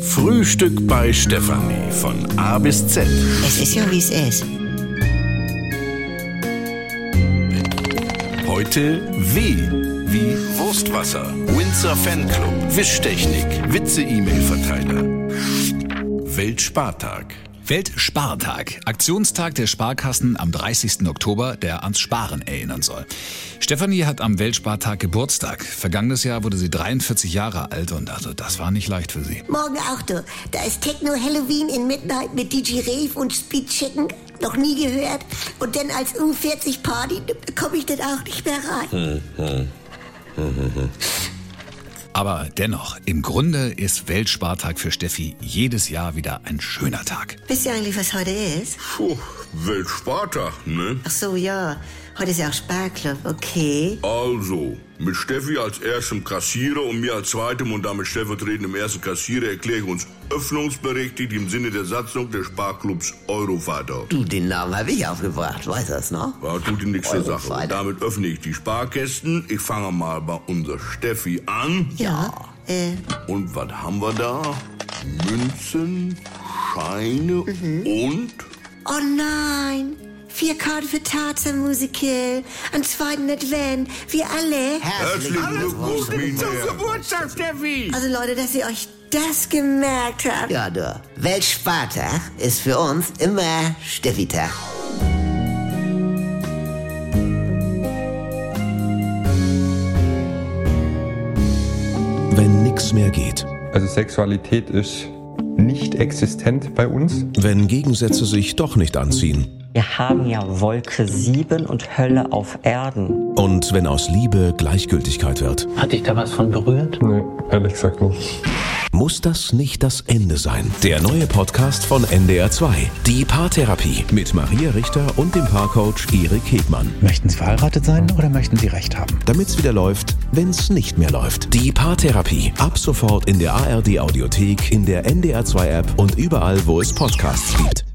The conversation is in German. Frühstück bei Stefanie von A bis Z. Es ist ja, wie es ist. Heute W wie Wurstwasser, Winzer Fanclub, Wischtechnik, Witze-E-Mail-Verteiler. Weltspartag. Weltspartag, Aktionstag der Sparkassen am 30. Oktober, der ans Sparen erinnern soll. Stefanie hat am Weltspartag Geburtstag. Vergangenes Jahr wurde sie 43 Jahre alt und also das war nicht leicht für sie. Morgen auch du. Da ist Techno Halloween in Midnight mit DJ Rave und Speed Chicken. Noch nie gehört. Und dann als U40 Party komme ich dann auch nicht mehr rein. Aber dennoch, im Grunde ist Weltspartag für Steffi jedes Jahr wieder ein schöner Tag. Wisst ihr eigentlich, was heute ist? Puh, Weltspartag, ne? Ach so, ja. Heute ist ja auch Sparklub, okay. Oh, Also, mit Steffi als erstem Kassierer und mir als zweitem und damit stellvertretendem ersten Kassierer erkläre ich uns öffnungsberechtigt im Sinne der Satzung des Sparklubs Eurovater. Du, den Namen habe ich aufgebracht, weißt du das noch? Ja, tut dir nichts zur Euro Sache. Vater. Und damit öffne ich die Sparkästen. Ich fange mal bei unserer Steffi an. Ja. Äh, Und was haben wir da? Münzen, Scheine Mhm. und... Oh nein. Vier Karten für Tata Musical. Am zweiten Advent. Wir alle. Herzlichen Glückwunsch, Minär. Geburtstag, Steffi! Also Leute, dass ihr euch das gemerkt habt. Ja, du. Weltspartag ist für uns immer Steffi-Tag. Wenn nix mehr geht. Also Sexualität ist nicht existent bei uns. Wenn Gegensätze sich doch nicht anziehen. Wir haben ja Wolke 7 und Hölle auf Erden. Und wenn aus Liebe Gleichgültigkeit wird. Hat dich da was von berührt? Nee, ehrlich gesagt nicht. Muss das nicht das Ende sein? Der neue Podcast von NDR2. Die Paartherapie. Mit Maria Richter und dem Paarcoach Erik Hegmann. Möchten Sie verheiratet sein oder möchten Sie Recht haben? Damit's wieder läuft, wenn's nicht mehr läuft. Die Paartherapie. Ab sofort in der ARD Audiothek, in der NDR2 App und überall, wo es Podcasts gibt.